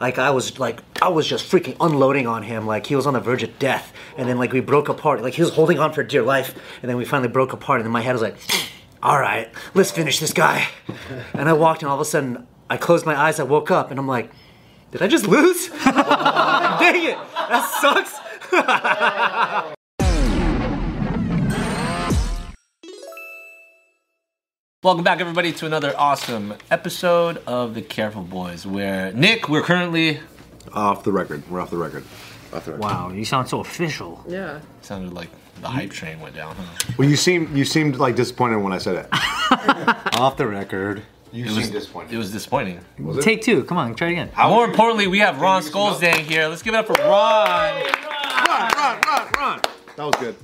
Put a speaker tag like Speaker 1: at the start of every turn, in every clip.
Speaker 1: like I was like I was just freaking unloading on him like he was on the verge of death and then like we broke apart like he was holding on for dear life and then we finally broke apart and then my head was like all right let's finish this guy and I walked and all of a sudden I closed my eyes I woke up and I'm like did I just lose dang it that sucks
Speaker 2: Welcome back, everybody, to another awesome episode of the Careful Boys. Where Nick, we're currently
Speaker 3: Off the record. We're off the record. Off the record.
Speaker 1: wow you sound so official
Speaker 4: Yeah.
Speaker 2: sounded like the hype train went down. Huh?
Speaker 3: Well, you seemed you seemed like disappointed when I said it. off the record. You
Speaker 2: was-
Speaker 3: seemed disappointed.
Speaker 2: It was disappointing.
Speaker 1: take two come on try it again
Speaker 2: More importantly, we have Ron Skolzang here. Let's give it up for Ron.
Speaker 3: Run, run, run, run. That was good.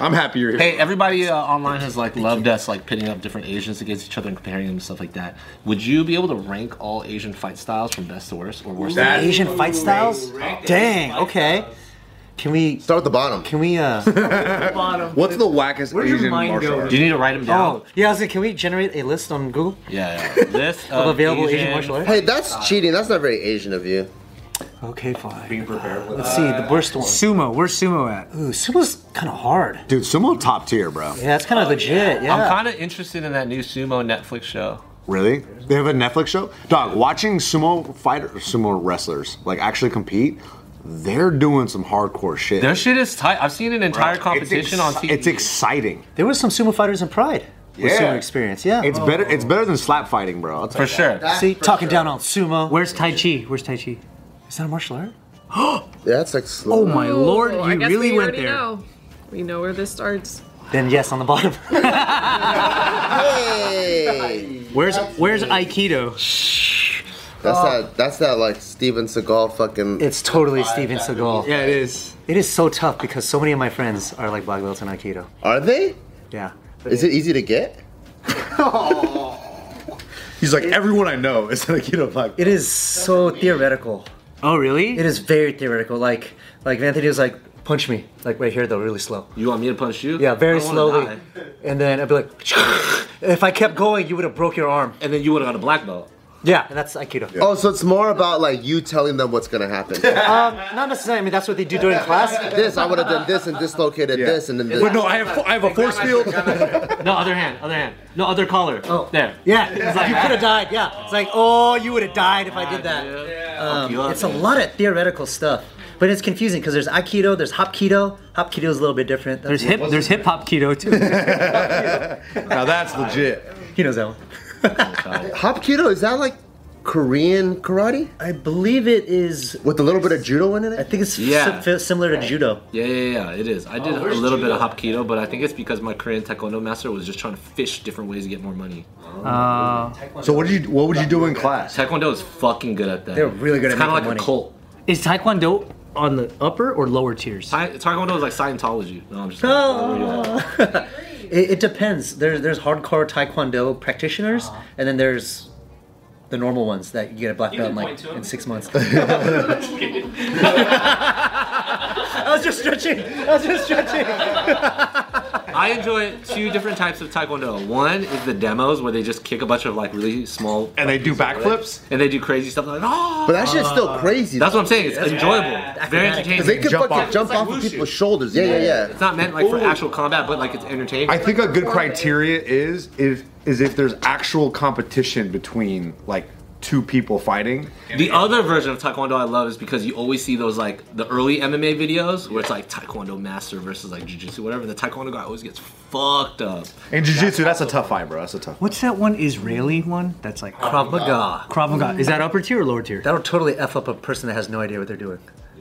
Speaker 3: I'm happy you're here.
Speaker 2: Hey, everybody uh, online has like loved us like pitting up different Asians against each other and comparing them and stuff like that. Would you be able to rank all Asian fight styles from best to worst or worst? to
Speaker 3: That-
Speaker 1: Asian fight styles dang okay can we
Speaker 5: Start at the bottom.
Speaker 1: can we uh
Speaker 4: Bottom.
Speaker 3: What's the wackest
Speaker 4: Where'd your
Speaker 3: Asian
Speaker 4: mind
Speaker 3: martial
Speaker 4: go?
Speaker 3: art?
Speaker 2: Do you need to write them down?
Speaker 1: Oh, yeah, I was like, can we generate a list on Google
Speaker 2: Yeah. yeah. This
Speaker 1: of available Asian, martial arts?
Speaker 5: Hey, that's cheating. That's not very Asian of you.
Speaker 1: Okay, fine. Being prepared with Let's see, the worst one.
Speaker 6: Sumo, where's Sumo at?
Speaker 1: Ooh, sumo's kind of hard.
Speaker 3: Dude, sumo top tier, bro.
Speaker 1: Yeah, that's kind of legit, yeah.
Speaker 2: I'm kind of interested in that new sumo Netflix show.
Speaker 3: Really? They have a Netflix show? Dog, watching sumo fighter sumo wrestlers like actually compete, they're doing some hardcore shit.
Speaker 2: Their shit is tight. I've seen an entire competition
Speaker 3: it's
Speaker 2: on
Speaker 3: exci-
Speaker 2: TV.
Speaker 3: It's exciting.
Speaker 1: there was some sumo fighters in Pride with
Speaker 3: Yeah.
Speaker 1: sumo experience, yeah.
Speaker 3: It's better it's better than slap fighting, bro. I'll tell
Speaker 2: for sure.
Speaker 1: see, talking down on sumo.
Speaker 6: Where's Tai Chi? Where's Tai Chi?
Speaker 1: Is that a martial art?
Speaker 5: Yeah, that's like slow.
Speaker 6: Oh my lord, you
Speaker 4: I guess
Speaker 6: really
Speaker 4: we
Speaker 6: went
Speaker 4: already
Speaker 6: there.
Speaker 4: Know. We know where this starts.
Speaker 1: Then yes, on the bottom.
Speaker 5: Hey!
Speaker 6: Where's where's Aikido?
Speaker 5: That's that. That's that like Steven Seagal fucking.
Speaker 1: it's totally Steven Seagal.
Speaker 6: Yeah, it is.
Speaker 1: It is so tough because so many of my friends are like black belts in Aikido.
Speaker 5: Are they?
Speaker 1: Yeah.
Speaker 5: Is it easy to get?
Speaker 3: He's like, everyone I know is like, you know, like,
Speaker 1: It is so theoretical.
Speaker 6: Oh, really?
Speaker 1: It is very theoretical. Like, like Anthony was like, punch me, like right here though, really slow.
Speaker 2: You want me to punch you?
Speaker 1: Yeah, very
Speaker 2: I don't wanna
Speaker 1: slowly.
Speaker 2: die.
Speaker 1: And then I'd be like, if I kept going, you would have broke your arm.
Speaker 2: And then you would have got a black belt.
Speaker 1: Yeah, and that's Aikido.
Speaker 5: Oh, so it's more about like you telling them what's gonna happen.
Speaker 1: Um, Not necessarily. I mean, that's what they do during class.
Speaker 5: this, I would have done this and dislocated this and then this.
Speaker 3: Wait, no, I have, I have a force field.
Speaker 2: No, other hand, other hand. No, other collar. Oh, there.
Speaker 1: Yeah, it's like, you could have died. Yeah, it's like, oh, you would have died if I did that.
Speaker 2: Fuck you up,
Speaker 1: It's a
Speaker 2: dude.
Speaker 1: lot of theoretical stuff, but it's confusing because there's Aikido, there's Hopkido. Hopkido is a little bit different.
Speaker 6: There's
Speaker 1: That's-
Speaker 6: hip there's hip hop keto too.
Speaker 3: Now that's legit.
Speaker 1: He knows that one.
Speaker 5: Hapkido is that like Korean karate
Speaker 1: I believe it is.
Speaker 5: with a little bit of judo in
Speaker 1: I
Speaker 5: it?
Speaker 1: think it's
Speaker 2: Yeah.
Speaker 1: sim- similar to judo.
Speaker 2: Yeah, yeah, yeah, it is. I did a little bit of Hapkido, but I think it's because my Korean Taekwondo master was just trying to fish different ways to get more money.
Speaker 3: So what did you what would you do in class?
Speaker 2: Taekwondo is fucking good at that.
Speaker 1: They're really good
Speaker 2: it's
Speaker 1: at
Speaker 2: kind of like
Speaker 1: making
Speaker 2: a
Speaker 1: money.
Speaker 2: cult.
Speaker 6: Is Taekwondo on the upper or lower tiers?
Speaker 2: Ta- Taekwondo is like Scientology. No, I'm just.
Speaker 1: It, it depends. There's there's hardcore Taekwondo practitioners, and then there's the normal ones that Uh-huh. you get a black belt in like in six months. I was just stretching. I was just stretching.
Speaker 2: I enjoy two different types of Taekwondo. One is the demos where they just kick a bunch of like really small
Speaker 3: And they do backflips?
Speaker 2: and they do crazy stuff like oh.
Speaker 5: But that shit's still crazy.
Speaker 2: That's what I'm saying. It's enjoyable. Very
Speaker 1: Acrobatic.
Speaker 2: entertaining.
Speaker 5: Because they could
Speaker 3: Jump
Speaker 5: fucking
Speaker 3: off.
Speaker 5: jump off of people's shoulders. Yeah, yeah, yeah.
Speaker 2: It's not meant like for actual combat, but like it's entertaining.
Speaker 3: I think a good criteria is if is if there's actual competition between like two people fighting.
Speaker 2: The other version of Taekwondo I love is because you always see those like the early MMA videos where it's like Taekwondo master versus like Jiu Jitsu, whatever. The Taekwondo guy always gets fucked up.
Speaker 3: In jiu-jitsu, that's a tough fight, bro. That's a tough.
Speaker 6: What's that one Israeli one? That's like
Speaker 7: Oh,
Speaker 1: Krav Maga.
Speaker 6: Krav Maga. Is that upper tier or lower tier?
Speaker 1: That'll totally f up a person that has no idea what they're doing.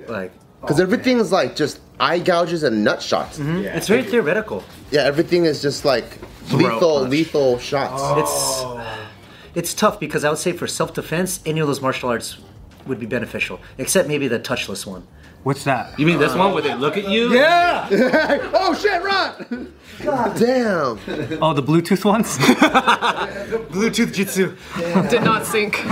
Speaker 1: Like
Speaker 5: Because everything is like just eye gouges and nut shots.
Speaker 1: it's very theoretical.
Speaker 5: Yeah, everything is just like lethal,
Speaker 3: punch.
Speaker 5: lethal shots.
Speaker 1: It's it's tough because I would say for self defense, any of those martial arts would be beneficial, except maybe the touchless one.
Speaker 6: What's that?
Speaker 2: You mean this one where they look at you?
Speaker 1: Yeah.
Speaker 5: oh shit, run! God damn.
Speaker 6: Oh, the Bluetooth ones?
Speaker 1: Bluetooth Jitsu.
Speaker 4: Did not sink.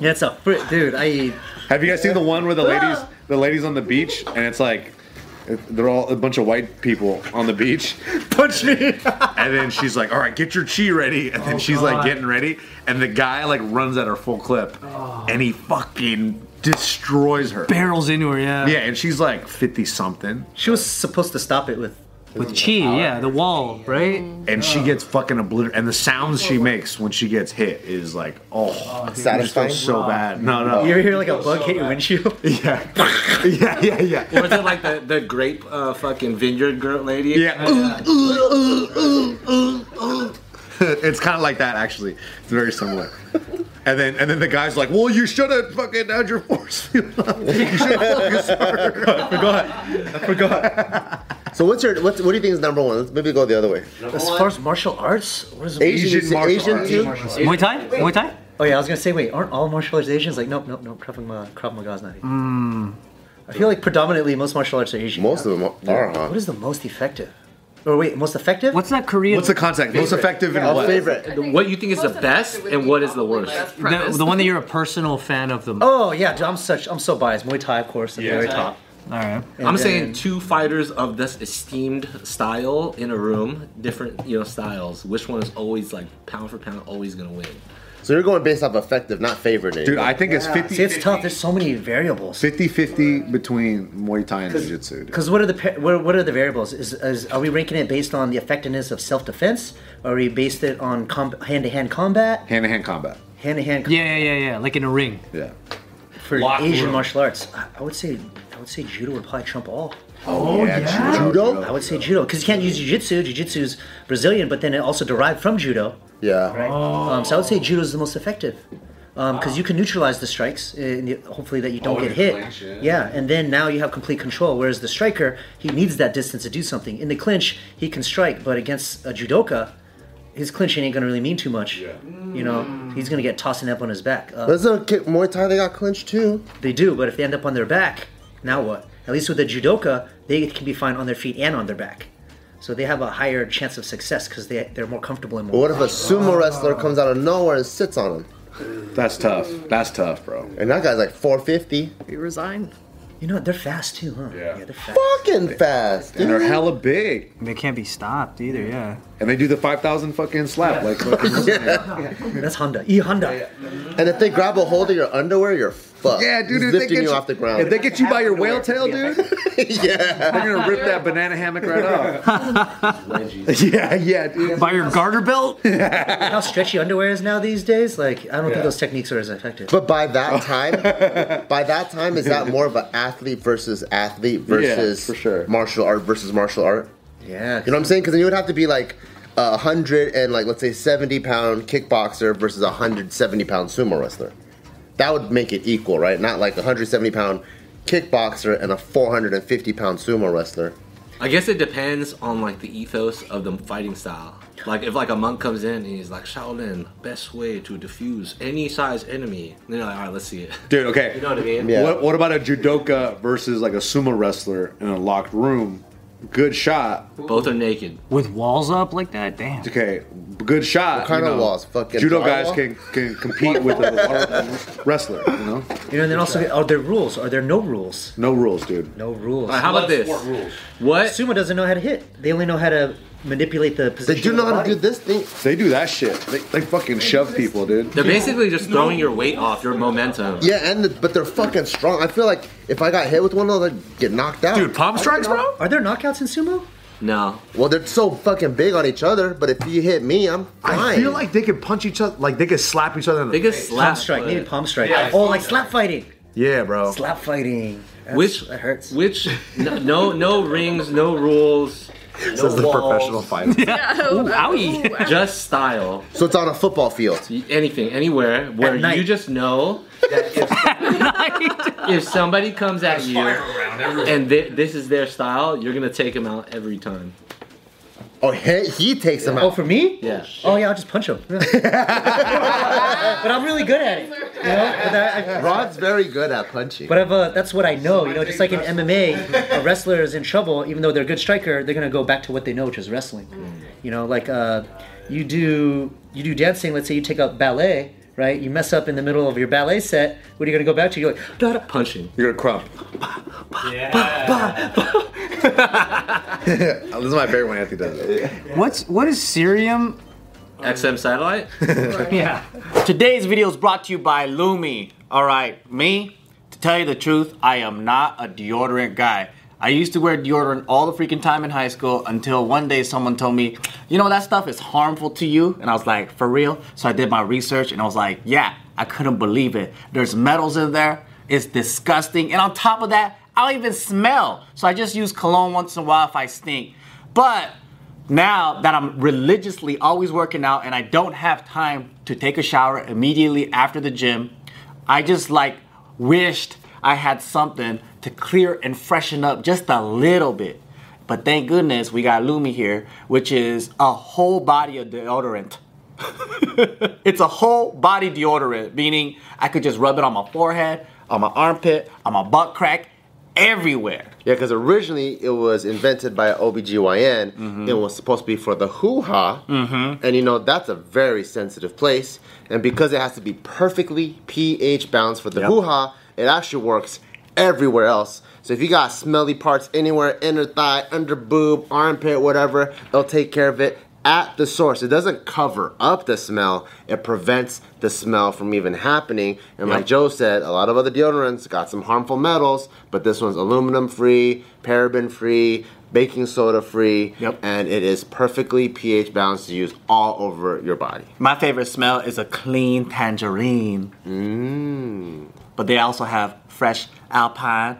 Speaker 1: Yeah, it's a fr- dude. I
Speaker 3: Have you guys seen the one where the ladies the ladies on the beach and it's like They're all a bunch of white people on the beach.
Speaker 1: Punch me.
Speaker 3: And then she's like, "All right, get your chi ready." And then she's like getting ready, and the guy like runs at her full clip, and he fucking destroys her.
Speaker 6: barrels into her. Yeah.
Speaker 3: Yeah, and she's like fifty something,
Speaker 1: she was supposed to stop it with.
Speaker 6: With chi. Yeah. The wall. Right.
Speaker 3: and she gets fucking obliterated. And the sounds she makes when she gets hit is like, oh,
Speaker 5: Satisfying.
Speaker 3: it's so bad. No, no,
Speaker 1: You ever hear like a bug hit your windshield?
Speaker 3: yeah, yeah, yeah, yeah.
Speaker 2: Or is it like the, the grape uh, fucking vineyard girl lady?
Speaker 3: Yeah. Ooh, ooh, ooh, ooh, ooh, ooh. it's kind of like that actually. It's very similar. And then and then the guy's like, "Well, you should have fucking had your force field up. You should have started." I forgot.
Speaker 5: So what's your what's, what do you think is number one? Let's maybe go the other way.
Speaker 1: As far as martial arts, what is it?
Speaker 5: Asian,
Speaker 3: Asian martial
Speaker 5: Asian
Speaker 3: arts.
Speaker 5: too.
Speaker 6: Muay Thai. Muay Thai.
Speaker 1: Oh yeah, I was gonna say, wait, aren't all martial arts Asians? Like, nope, nope, nope. Krav Maga, Krav Maga's not Asian. I feel like predominantly most martial arts are Asian.
Speaker 5: Most of them are, huh?
Speaker 1: What is the most effective? Or wait, most effective?
Speaker 6: What's that Korean?
Speaker 3: What's the contact? Most effective and
Speaker 5: Our
Speaker 3: what?
Speaker 5: favorite.
Speaker 2: What you think is the best and what is the worst?
Speaker 6: the, the one that you're a personal fan of the most?
Speaker 1: Oh yeah, dude, I'm such I'm so biased. Muay Thai, of course, at the very top.
Speaker 6: All right.
Speaker 2: I'm
Speaker 1: And
Speaker 2: saying
Speaker 1: then-
Speaker 2: two fighters of this esteemed style in a room, different you know styles. Which one is always like pound for pound, always gonna win?
Speaker 5: So you're going based off effective, not favorite.
Speaker 3: Dude, I think it's 50
Speaker 1: See, it's tough. There's so many variables.
Speaker 3: 50 50 between Muay Thai and Jiu Jitsu. dude.
Speaker 1: Because what are the pa- what, what are the variables? Is, is are we ranking it based on the effectiveness of self defense? Are we based it on hand to hand combat?
Speaker 3: Hand to hand combat.
Speaker 1: Hand to hand
Speaker 6: Yeah, yeah, yeah, yeah. Like in a ring.
Speaker 3: Yeah.
Speaker 1: for
Speaker 2: Lock
Speaker 1: Asian
Speaker 2: room.
Speaker 1: martial arts? I, I would say I would say judo would probably trump all.
Speaker 3: Oh, yeah.
Speaker 1: I
Speaker 5: judo.
Speaker 1: would say judo because you can't use jiu-jitsu. Jiu-jitsu's Brazilian, but then it also derived from judo.
Speaker 5: Yeah.
Speaker 1: Right? Um, so I would say judo is the most effective because you can neutralize the strikes and you- hopefully that you don't get hit. yeah, and then now you have complete control. Whereas the striker, he needs that distance to do something. In the clinch, he can strike, but against a judoka, his clinching ain't gonna really mean too much. You know, he's gonna get tossed and up on his back. Uh,
Speaker 5: There's a kick Muay Thai. They got clinched too.
Speaker 1: they do, but if they end up on their back, now what? At least with the judoka, they can be fine on their feet and on their back. So they have a higher chance of success because they, they're more comfortable and
Speaker 5: But
Speaker 1: more.
Speaker 5: what if a sumo wrestler comes out of nowhere and sits on him?
Speaker 3: That's tough. That's tough, bro.
Speaker 5: And that guy's like 450.
Speaker 4: We resign.
Speaker 1: You know, what? they're fast too, huh?
Speaker 3: Yeah.
Speaker 1: they're fast.
Speaker 5: Fucking fast.
Speaker 3: And they're
Speaker 5: dude.
Speaker 3: hella big.
Speaker 6: They can't be stopped either. Yeah.
Speaker 3: And they do the 5,000 fucking slap. Like, fucking-
Speaker 1: That's Honda. E Honda.
Speaker 5: And if they grab a hold of your underwear, you're fucked.
Speaker 3: yeah, dude.
Speaker 5: He's
Speaker 3: If they
Speaker 5: lifting
Speaker 3: get
Speaker 5: you off the
Speaker 3: If
Speaker 5: ground.
Speaker 3: they get you by your whale tail, dude,
Speaker 5: yeah.
Speaker 3: they're gonna rip that banana hammock right off. yeah, yeah, dude.
Speaker 6: By your garter belt.
Speaker 1: How stretchy underwear is now these days? Like, I don't
Speaker 3: Yeah.
Speaker 1: think those techniques are as effective.
Speaker 5: But by
Speaker 3: Oh.
Speaker 5: that time, by that time, is that more of an athlete versus athlete versus
Speaker 3: for sure.
Speaker 5: martial art versus martial art?
Speaker 1: yeah.
Speaker 5: You know what I'm saying? Because then you would have to be like a hundred and like let's say seventy pound kickboxer versus a hundred seventy pound sumo wrestler. That would make it equal, right? Not like a hundred seventy pound kickboxer and a four hundred and fifty pound sumo wrestler.
Speaker 2: I guess it depends on like the ethos of the fighting style. Like if like a monk comes in and he's like Shaolin, best way to defuse any size enemy. Then you're like, all right, let's see it.
Speaker 3: Dude, okay.
Speaker 2: You know what I mean?
Speaker 5: Yeah.
Speaker 3: What, what about a judoka versus like a sumo wrestler in a locked room? Good shot.
Speaker 2: Both are naked.
Speaker 6: With walls up like that. Damn.
Speaker 3: Okay, good shot.
Speaker 5: What kind
Speaker 3: you
Speaker 5: of
Speaker 3: know.
Speaker 5: walls? Fucking
Speaker 3: judo
Speaker 5: drywall?
Speaker 3: guys can can compete with a wrestler. You know,
Speaker 1: You know, and then also, are there rules? Are there no rules?
Speaker 3: no rules, dude.
Speaker 1: No rules.
Speaker 2: All right, how about this? What?
Speaker 1: Sumo doesn't know how to hit. They only know how to manipulate the position.
Speaker 5: They do
Speaker 1: of
Speaker 5: know
Speaker 1: the
Speaker 5: how to
Speaker 1: body.
Speaker 5: do this thing.
Speaker 3: They do that shit. They, they fucking shove people, dude.
Speaker 2: They're basically just throwing your weight off, your momentum.
Speaker 5: Yeah, and the, but they're fucking strong. I feel like if I got hit with one of those, I'd get knocked out.
Speaker 3: palm strikes, bro.
Speaker 1: Are there knockouts in sumo?
Speaker 2: No.
Speaker 5: Well, they're so fucking big on each other, but if you hit me, I'm fine.
Speaker 3: I feel like they could punch each other, like they could slap each other in the
Speaker 2: They could
Speaker 3: face.
Speaker 2: slap.
Speaker 1: palm strike.
Speaker 2: but-
Speaker 1: Maybe palm strike. oh, like slap fighting.
Speaker 3: Yeah, bro.
Speaker 1: Slap fighting. That's-
Speaker 2: Which
Speaker 1: that hurts.
Speaker 2: Which no no, no rings, no rules. No
Speaker 3: This is the
Speaker 2: walls,
Speaker 3: professional fight.
Speaker 4: Oh,
Speaker 6: Ooh, owie.
Speaker 2: Just style.
Speaker 5: so. It's on a football field.
Speaker 2: anything, anywhere, where
Speaker 1: At night.
Speaker 2: you just know that if, if somebody comes at you and thi- this is their style, you're gonna take them out every time.
Speaker 5: Oh, he, he takes them
Speaker 1: Oh,
Speaker 5: out.
Speaker 1: for me?
Speaker 2: Yeah.
Speaker 1: Oh yeah, I'll just punch him. Yeah. but I'm really good at it. You know? but, I, I-
Speaker 5: Rod's very good at punching.
Speaker 1: but I've, uh, that's what I know. You know, just like in MMA, a wrestler is in trouble, even though they're a good striker. They're gonna go back to what they know, which is wrestling.
Speaker 6: Mm.
Speaker 1: You know, like uh, you do you do dancing. Let's say you take up ballet, right? You mess up in the middle of your ballet set. What are you gonna go back to? You're like, da da.
Speaker 2: Punching.
Speaker 3: You're gonna crump. This is my favorite one Anthony does. it.
Speaker 6: What's what is cerium?
Speaker 2: XM satellite.
Speaker 6: Yeah.
Speaker 7: Today's video is brought to you by Lumi. All right, me, to tell you the truth, I am not a deodorant guy. I used to wear deodorant all the freaking time in high school until one day someone told me, you know, that stuff is harmful to you. And I was like, for real? So I did my research and I was like, yeah, I couldn't believe it. There's metals in there, it's disgusting. And on top of that, I don't even smell. So I just use cologne once in a while if I stink. But now that I'm religiously always working out and I don't have time to take a shower immediately after the gym, I just like wished I had something to clear and freshen up just a little bit. But thank goodness we got Lumi here, which is a whole body of deodorant. it's a whole body deodorant, meaning I could just rub it on my forehead, on my armpit, on my butt crack, everywhere.
Speaker 5: Yeah, because originally it was invented by an OBGYN.
Speaker 3: Mm-hmm.
Speaker 5: It was supposed to be for the hoo ha. Mm-hmm. And you know, that's a very sensitive place. And because it has to be perfectly pH balanced for the hoo ha, it actually works everywhere else. So if you got smelly parts anywhere, inner thigh, under boob, armpit, whatever, it'll take care of it at the source. It doesn't cover up the smell, it prevents the smell from even happening. And like Joe said, a lot of other deodorants got some harmful metals, but this one's aluminum free, paraben free, baking soda free,
Speaker 7: Yep.
Speaker 5: and it is perfectly pH balanced to use all over your body.
Speaker 7: My favorite smell is a clean tangerine. Mmm. But they also have fresh alpine.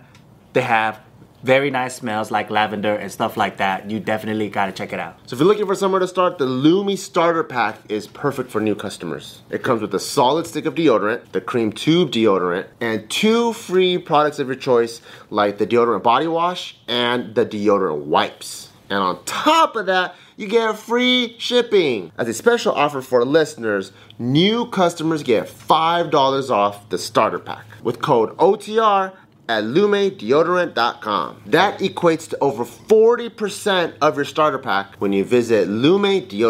Speaker 7: They have very nice smells like lavender and stuff like that. You definitely gotta check it out.
Speaker 5: So if you're looking for somewhere to start, the Lumi Starter Pack is perfect for new customers. It comes with a solid stick of deodorant, the cream tube deodorant, and two free products of your choice, like the deodorant body wash and the deodorant wipes. And on top of that, you get free shipping. As a special offer for listeners, new customers get $5 off the starter pack with code OTR at lumedeodorant.com. That equates to over 40% of your starter pack when you visit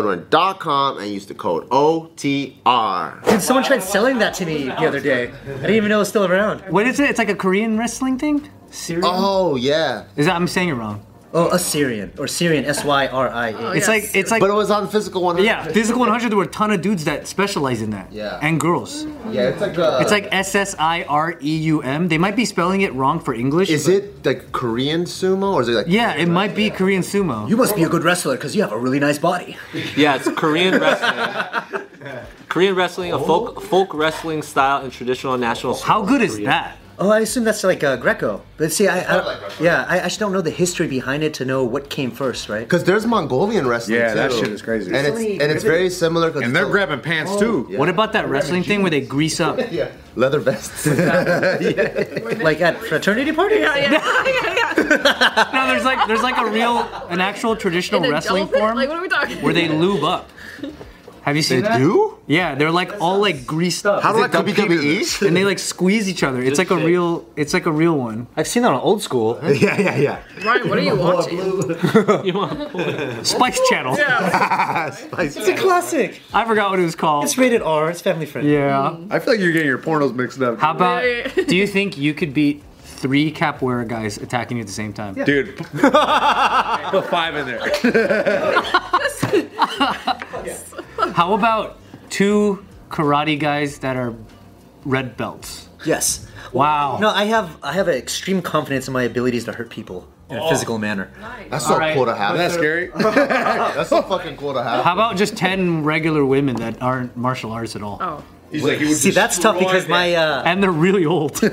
Speaker 5: lumedeodorant.com and use the code OTR.
Speaker 1: Dude, someone tried selling that to me the other day. I didn't even know it was still around.
Speaker 6: What is it? It's like a Korean wrestling thing. Cerium.
Speaker 5: Oh, yeah.
Speaker 6: Is that I'm saying it wrong?
Speaker 1: Oh, Assyrian or Syrian, S Y R I A.
Speaker 6: It's
Speaker 4: Oh, yes.
Speaker 6: like it's like
Speaker 5: But it was on Physical 100.
Speaker 6: yeah. Physical 100. There were a ton of dudes that specialize in that.
Speaker 5: Yeah.
Speaker 6: And girls.
Speaker 5: Yeah, it's like uh, a.
Speaker 6: It's like S S I R E U M. They might be spelling it wrong for English.
Speaker 5: Is
Speaker 6: but-
Speaker 5: it like Korean sumo or is it like.
Speaker 6: Yeah, it might be Korean sumo.
Speaker 1: You must be a good wrestler because you have a really nice body.
Speaker 2: Yeah, it's Korean wrestling. Korean wrestling, a folk folk wrestling style and traditional national.
Speaker 6: How good is that?
Speaker 1: Oh, I assume that's like uh, Greco. But see, I, I
Speaker 5: like Greco.
Speaker 1: yeah, I actually don't know the history behind it to know what came first, right?
Speaker 5: Because there's Mongolian wrestling
Speaker 3: Yeah, that
Speaker 5: too.
Speaker 3: shit is crazy.
Speaker 5: And it's, and it's very similar. 'cause
Speaker 3: And
Speaker 5: it's
Speaker 3: they're
Speaker 5: a-
Speaker 3: grabbing pants too.
Speaker 6: What about that wrestling thing where they grease up?
Speaker 5: Yeah. Leather vests.
Speaker 1: Like at fraternity party.
Speaker 4: Yeah, yeah, yeah, yeah.
Speaker 6: No, there's like there's like a real, an actual traditional
Speaker 4: In a
Speaker 6: wrestling
Speaker 4: dolphin?
Speaker 6: form
Speaker 4: Like, what are we talking?
Speaker 6: where they lube up. Have you seen that?
Speaker 5: do?
Speaker 6: Yeah, they're like all like greased up.
Speaker 5: How do like
Speaker 6: Is it
Speaker 3: E?
Speaker 5: WWE?
Speaker 6: And they like squeeze each other. It's like a real. It's like a real one.
Speaker 1: I've seen that on old school.
Speaker 5: yeah, yeah, yeah.
Speaker 4: Ryan, what are you watching?
Speaker 6: Spice Channel.
Speaker 1: It's a classic.
Speaker 6: I forgot what it was called.
Speaker 1: It's Mm. rated R. It's family friendly.
Speaker 6: Yeah.
Speaker 3: I feel like you're getting your pornos mixed up.
Speaker 6: How about?
Speaker 4: Yeah, yeah.
Speaker 6: Do you think you could beat three capoeira guys attacking you at the same time?
Speaker 3: Dude, p- put five in there.
Speaker 6: How about two karate guys that are red belts?
Speaker 1: Yes.
Speaker 6: Wow.
Speaker 1: No, I have I have an extreme confidence in my abilities to hurt people in a physical manner.
Speaker 5: That's so
Speaker 6: Alright.
Speaker 5: cool to have.
Speaker 3: That's
Speaker 5: That's,
Speaker 3: scary.
Speaker 5: that's so fucking cool to have.
Speaker 6: How about just ten regular women that aren't martial arts at all?
Speaker 4: Oh,
Speaker 3: He's like, you would
Speaker 1: See, that's tough
Speaker 3: destroy
Speaker 1: because my uh,
Speaker 6: And they're really old,
Speaker 4: and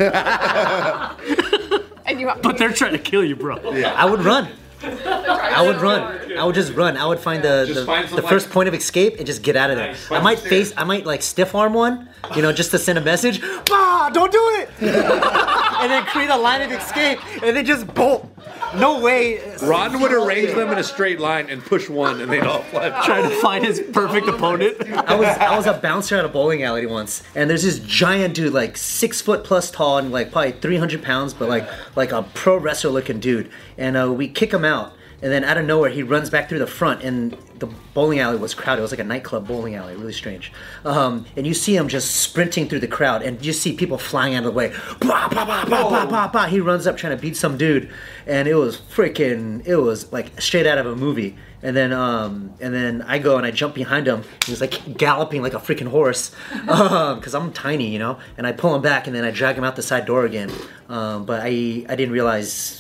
Speaker 4: you have
Speaker 6: but they're trying to kill you, bro.
Speaker 1: I would run. I would run. I would just run. I would find the the,
Speaker 3: find some,
Speaker 1: the first
Speaker 3: like-
Speaker 1: point of escape and just get out of there.
Speaker 3: Nice.
Speaker 1: I
Speaker 3: Find
Speaker 1: might
Speaker 3: some
Speaker 1: face. I might like stiff arm one, you know, just to send a message. Bah! Don't do it. and then create a line of escape and then just bolt. No way.
Speaker 3: Ron would arrange them in a straight line and push one, and they'd all fly.
Speaker 6: Trying to find his perfect opponent.
Speaker 1: I was I was a bouncer at a bowling alley once, and there's this giant dude, like six foot plus tall, and like probably 300 pounds, but like like a pro wrestler looking dude. And uh, we kick him out, And then out of nowhere, he runs back through the front, and the bowling alley was crowded. It was like a nightclub bowling alley, really strange. Um, and you see him just sprinting through the crowd, and you see people flying out of the way. Bah, bah, bah, bah, bah, bah, bah. He runs up trying to beat some dude, and it was freaking. It was like straight out of a movie. And then, um, and then I go and I jump behind him. And he's like galloping like a freaking horse, because I'm tiny, you know. And I pull him back, and then I drag him out the side door again. Um, but I, I didn't realize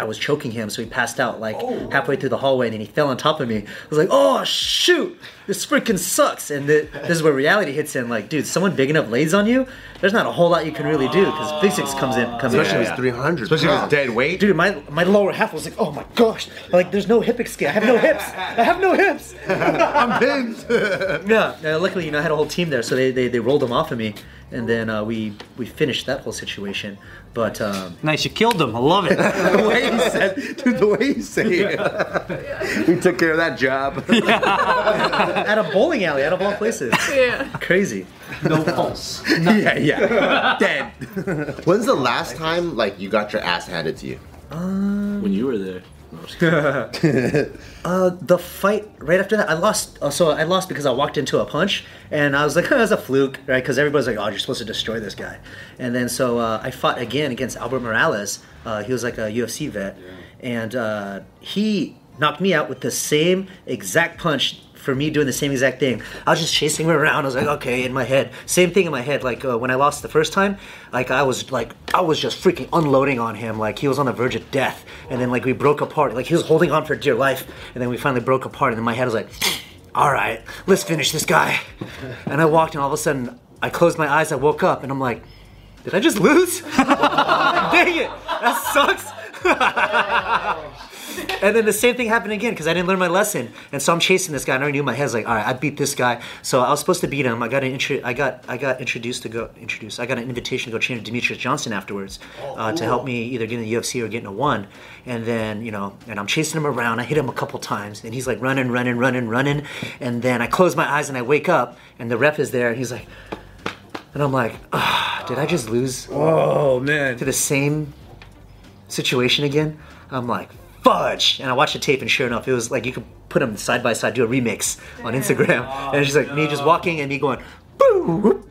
Speaker 1: I was choking him, so he passed out like halfway through the hallway, and then he fell on top of me. I was like, "Oh shoot, this freaking sucks!" And the, this is where reality hits in. Like, dude, someone big enough lays on you. There's not a whole lot you can really do because physics comes in. Comes
Speaker 5: Especially
Speaker 1: in.
Speaker 5: if it's 300.
Speaker 3: Especially if
Speaker 5: pounds.
Speaker 3: it's dead weight.
Speaker 1: Dude, my my lower half was like, "Oh my gosh!" Like, there's no hip extension. I have no hips. I have no hips.
Speaker 3: I'm pinned.
Speaker 1: Yeah. Uh, luckily, you know, I had a whole team there, so they they, they rolled him off of me, and then uh, we we finished that whole situation. But um,
Speaker 6: Nice, you killed him. I love it.
Speaker 3: the way he said, dude, the way he said it. we took care of that job.
Speaker 1: at a bowling alley, out of all places,
Speaker 4: Yeah.
Speaker 1: crazy.
Speaker 6: No pulse.
Speaker 3: yeah, yeah. Dead.
Speaker 5: When's the last time like you got your ass handed to you?
Speaker 2: when you were there.
Speaker 1: the fight right after that, I lost. uh, So I lost because I walked into a punch, and I was like, "That's a fluke," right? Because everybody's like, "Oh, you're supposed to destroy this guy," and then so uh, I fought again against Albert Morales. Uh, he was like a UFC vet, and uh, he knocked me out with the same exact punch for me doing the same exact thing. I was just chasing him around. I was like, okay, in my head, same thing in my head. Like uh, when I lost the first time, like I was like I was just freaking unloading on him. Like he was on the verge of death, and then like we broke apart. Like he was holding on for dear life, and then we finally broke apart. And then my head was like, all right, let's finish this guy. And I walked, and all of a sudden, I closed my eyes. I woke up, and I'm like, did I just lose? Dang it, that sucks. And then the same thing happened again because I didn't learn my lesson, and so I'm chasing this guy. And I already knew in my head's like, all right, I beat this guy. So I was supposed to beat him. I got an intro. I got I got introduced to go introduced. I got an invitation to go train with Demetrius Johnson afterwards uh, to help me either get in the UFC or get in a one. And then you know, and I'm chasing him around. I hit him a couple times, and he's like running, running, running, running. And then I close my eyes and I wake up, and the ref is there, and he's like, and I'm like, ah, did I just lose?
Speaker 3: Oh man.
Speaker 1: to the same situation again. I'm like, fudge. And I watched the tape, and sure enough, it was like you could put them side by side, do a remix on Instagram. and it's just like me just walking and me going, boo, whoop,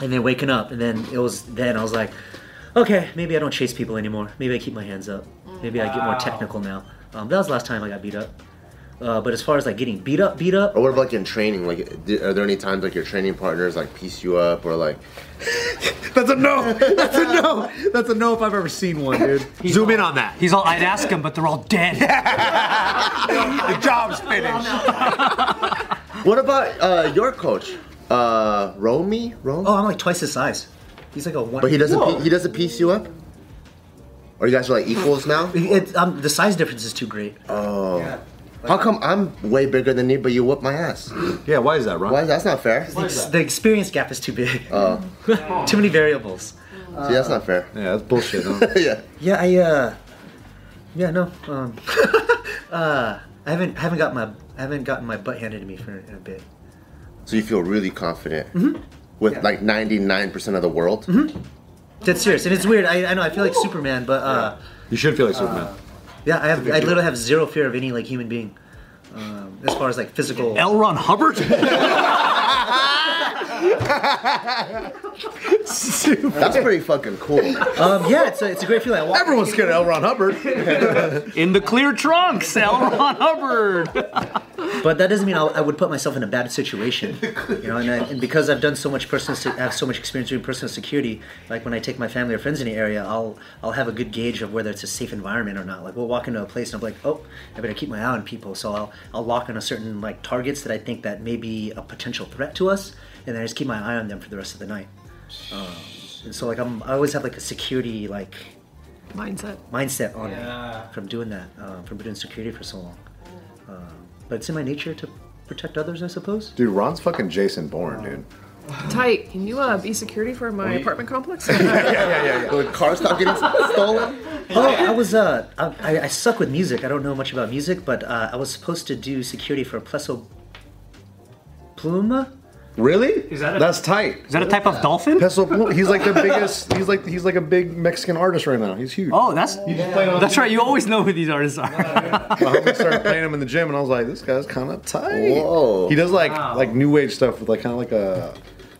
Speaker 1: and then waking up. And then it was, then I was like, okay, maybe I don't chase people anymore. Maybe I keep my hands up. Maybe I get more technical now. Um, that was the last time I got beat up. Uh, but as far as like getting beat up, beat up,
Speaker 5: Or what about like in training? Like, d- are there any times like your training partners like piece you up or like?
Speaker 3: That's a no. That's a no. That's a no if I've ever seen one, dude. Zoom in on that.
Speaker 6: He's all, I'd ask him, but they're all dead.
Speaker 3: The job's finished.
Speaker 5: What about uh, your coach, uh, Romy? Rome?
Speaker 1: oh, I'm like twice his size. He's like a one.
Speaker 5: but he doesn't.
Speaker 1: Whoa.
Speaker 5: Pe- he doesn't piece you up. Or you guys are like equals now?
Speaker 1: It, um, the size difference is too great.
Speaker 5: How come I'm way bigger than you, but you whoop my ass?
Speaker 3: Yeah, why is that, Ron?
Speaker 5: Why? That's not fair. See,
Speaker 1: The experience gap is too big. too many variables.
Speaker 5: that's not fair.
Speaker 3: Yeah, that's bullshit. Huh?
Speaker 5: yeah.
Speaker 1: Yeah, I uh, yeah, no, um, uh, I haven't haven't got my I haven't gotten my butt handed to me for in a bit.
Speaker 5: So you feel really confident
Speaker 3: Mm-hmm.
Speaker 5: with like 99% of the world.
Speaker 1: That's serious, and it's weird. I, I know I feel like Superman, but uh,
Speaker 3: You should feel like Superman.
Speaker 1: yeah, I have I literally have zero fear of any like human being, um, as far as like physical.
Speaker 6: L. Ron Hubbard?
Speaker 5: That's pretty fucking cool.
Speaker 1: Um, yeah, it's a, it's a great feeling. I walk,
Speaker 3: Everyone's scared of L. Ron Hubbard.
Speaker 6: In the clear trunks, L. Ron Hubbard.
Speaker 1: but that doesn't mean I'll, I would put myself in a bad situation, you know. And, I, and because I've done so much personal, se- I have so much experience doing personal security. Like when I take my family or friends in the area, I'll I'll have a good gauge of whether it's a safe environment or not. Like we'll walk into a place and I'm like, oh, I better keep my eye on people. So I'll I'll lock on a certain like targets that I think that may be a potential threat to us, and then I just keep my eye on them for the rest of the night. Um, and so like I'm I always have like a security like
Speaker 4: Mindset.
Speaker 1: mindset on me from doing that, uh, from doing security for so long. Um, but it's in my nature to protect others, I suppose.
Speaker 3: Dude, Ron's fucking Jason Bourne, dude.
Speaker 4: Tight. Can you uh, be security for my apartment complex?
Speaker 5: When cars stop getting stolen.
Speaker 1: Oh, I was, uh, I, I- I suck with music. I don't know much about music, but uh, I was supposed to do security for Pleso Pluma.
Speaker 3: Really?
Speaker 6: Is that a-
Speaker 3: That's tight.
Speaker 6: Is that a type of dolphin?
Speaker 3: Peso Pluma. He's like the biggest. He's like he's like a big Mexican artist right now. He's huge.
Speaker 6: Oh, that's
Speaker 3: playing on-
Speaker 6: that's right. You always know who these artists are.
Speaker 3: My homie started playing him in the gym, and I was like, this guy's kind of tight.
Speaker 5: Whoa.
Speaker 3: He does like
Speaker 6: Wow.
Speaker 3: like new age stuff with like kind of like a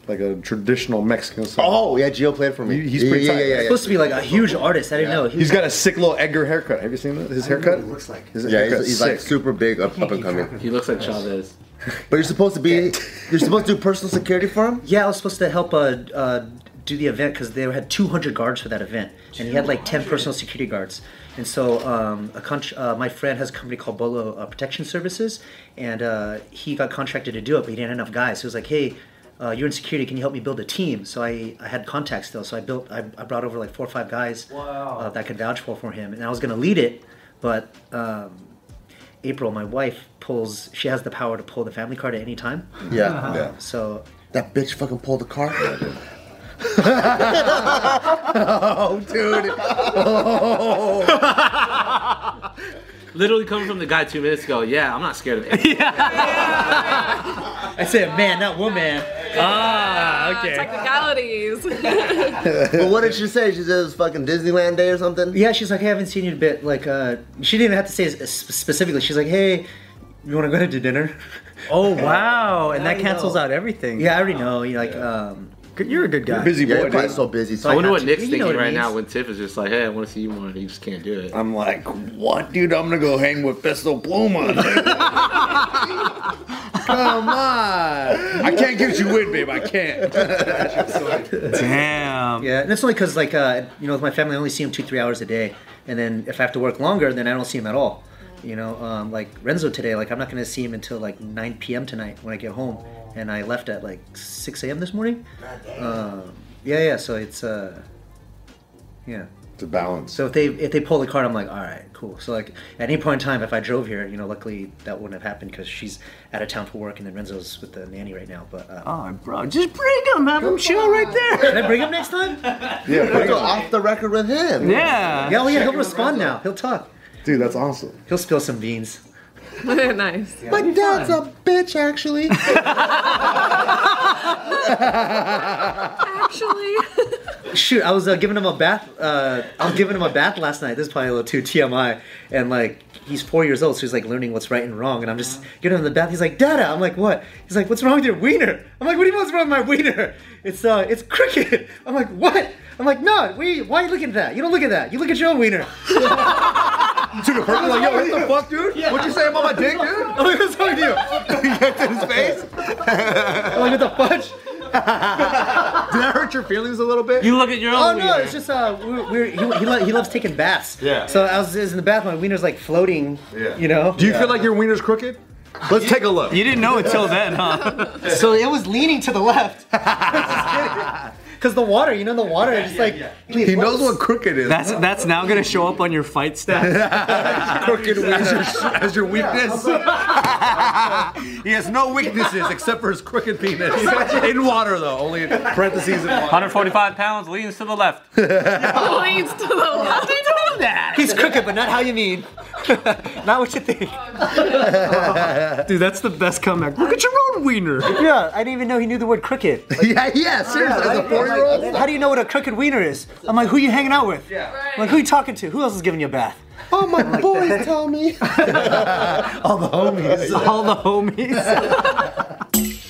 Speaker 3: like a traditional Mexican stuff.
Speaker 5: Oh yeah, Gio played for me.
Speaker 3: He- he's pretty
Speaker 5: yeah,
Speaker 3: tight.
Speaker 5: yeah, yeah, yeah.
Speaker 1: Supposed to be like a huge artist. I didn't know.
Speaker 3: He's got a sick little Edgar haircut. Have you seen that? his haircut? What it looks like. His
Speaker 5: Yeah, he's,
Speaker 3: haircut's
Speaker 5: he's like
Speaker 3: sick.
Speaker 5: super big, up, up and coming.
Speaker 2: He looks like Chavez.
Speaker 5: But you're supposed to be, you're supposed to do personal security for him.
Speaker 1: Yeah, I was supposed to help uh, uh, do the event because they had 200 guards for that event, and he had like 10 personal security guards. And so, um, a con- uh, my friend has a company called Bolo uh, Protection Services, and uh, he got contracted to do it, but he didn't have enough guys. So he was like, "Hey, uh, you're in security. Can you help me build a team?" So I, I had contacts still, so I built I, I brought over like four or five guys uh, that I could vouch for for him, and I was gonna lead it, but. Um, April, my wife pulls. She has the power to pull the family card at any time.
Speaker 5: Yeah, yeah.
Speaker 1: So
Speaker 5: That bitch fucking pulled the car.
Speaker 2: Literally coming from the guy two minutes ago. Yeah, I'm not scared of it.
Speaker 1: I said, "Man, not woman."
Speaker 6: ah, okay.
Speaker 4: Technicalities.
Speaker 5: but what did she say? She said it was fucking Disneyland Day or something.
Speaker 1: Yeah, she's like, hey, I haven't seen you in a bit. Like, uh, she didn't even have to say it sp- specifically. She's like, hey, you want to go to dinner?
Speaker 6: Oh wow, and that
Speaker 1: you
Speaker 6: cancels
Speaker 1: know.
Speaker 6: out everything.
Speaker 1: yeah, I already know. You like, um,
Speaker 6: you're a good guy.
Speaker 3: busy
Speaker 5: Yeah,
Speaker 3: boy.
Speaker 5: you're probably
Speaker 3: Dude.
Speaker 5: so busy. So
Speaker 2: I wonder what
Speaker 1: to-
Speaker 2: Nick's
Speaker 1: you know
Speaker 2: thinking
Speaker 1: what it
Speaker 2: right now
Speaker 1: means.
Speaker 2: when Tiff is just like, hey, I want to see you more. and You just can't do it.
Speaker 3: I'm like, what, dude? I'm gonna go hang with Peso Pluma. dude." Come on. I can't get you in, babe. I can't.
Speaker 6: Damn.
Speaker 1: yeah, and it's only because like, uh, you know, with my family, I only see him two, three hours a day, and then if I have to work longer, then I don't see him at all. You know, um, like Renzo today, like I'm not gonna see him until like 9 p.m. tonight when I get home, and I left at like 6 a.m. this morning. Um, yeah, yeah. So it's, uh, yeah.
Speaker 3: It's a balance.
Speaker 1: So if they if they pull the card, I'm like, all right, cool. So like at any point in time, if I drove here, you know, luckily that wouldn't have happened because she's out of town for work, and then Renzo's with the nanny right now. But uh,
Speaker 6: Oh, bro, just bring him. Have him chill right there.
Speaker 1: can I bring him next time?
Speaker 3: Yeah,
Speaker 5: Let's
Speaker 3: bring
Speaker 5: go
Speaker 3: it.
Speaker 5: off the record with him.
Speaker 6: Yeah.
Speaker 1: Yeah, oh yeah, he'll respond now. He'll talk.
Speaker 3: dude, that's awesome.
Speaker 1: He'll spill some beans.
Speaker 4: nice.
Speaker 5: But that's a bitch, actually.
Speaker 4: Actually,
Speaker 1: Shoot, I was uh, giving him a bath. Uh, I was giving him a bath last night. This is probably a little too TMI. And like, he's four years old, so he's like learning what's right and wrong. And I'm just giving him the bath. He's like, Dada. I'm like, what? He's like, what's wrong with your wiener? I'm like, what do you mean what's wrong with my wiener? It's uh, it's crooked. I'm like, what? I'm like, no. Wait, why are you looking at that? You don't look at that. You look at your own wiener.
Speaker 3: Dude, the person like, yo, what the fuck, dude? What'd you say about my dick, dude?
Speaker 1: I'm like, what's wrong with Oh, you?
Speaker 3: His face?
Speaker 1: I'm like, what the fudge?
Speaker 3: Did that hurt your feelings a little bit?
Speaker 6: You look at your
Speaker 1: Oh
Speaker 6: own.
Speaker 1: no,
Speaker 6: wiener.
Speaker 1: it's just uh, we we're, he, he, lo- he loves taking baths.
Speaker 3: Yeah.
Speaker 1: So I was, I was in the bath. My wiener's like floating.
Speaker 3: Yeah.
Speaker 1: You know.
Speaker 3: Do you feel like your wiener's crooked? Let's take a look.
Speaker 6: You didn't know until then, huh?
Speaker 1: So it was leaning to the left. Because the water, you know, the water, it's like.
Speaker 3: He knows what crooked is.
Speaker 6: That's that's now gonna show up on your fight stats.
Speaker 3: crooked as your, as your weakness. he has no weaknesses except for his crooked penis. In water, though, only in parentheses in water.
Speaker 6: 145 pounds leans to the left.
Speaker 4: leads to the left.
Speaker 1: He's crooked, but not how you mean. not what you think.
Speaker 6: Dude, that's the best comeback. Look at your own wiener.
Speaker 1: Yeah, I didn't even know he knew the word crooked.
Speaker 3: Yeah, yeah, seriously, as a four-year-old.
Speaker 1: How do you know what a crooked wiener is? I'm like, who you hanging out with? Yeah. Like, who you talking to? Who else is giving you a bath?
Speaker 5: oh my boys, tell me.
Speaker 1: All the homies.
Speaker 6: All the homies.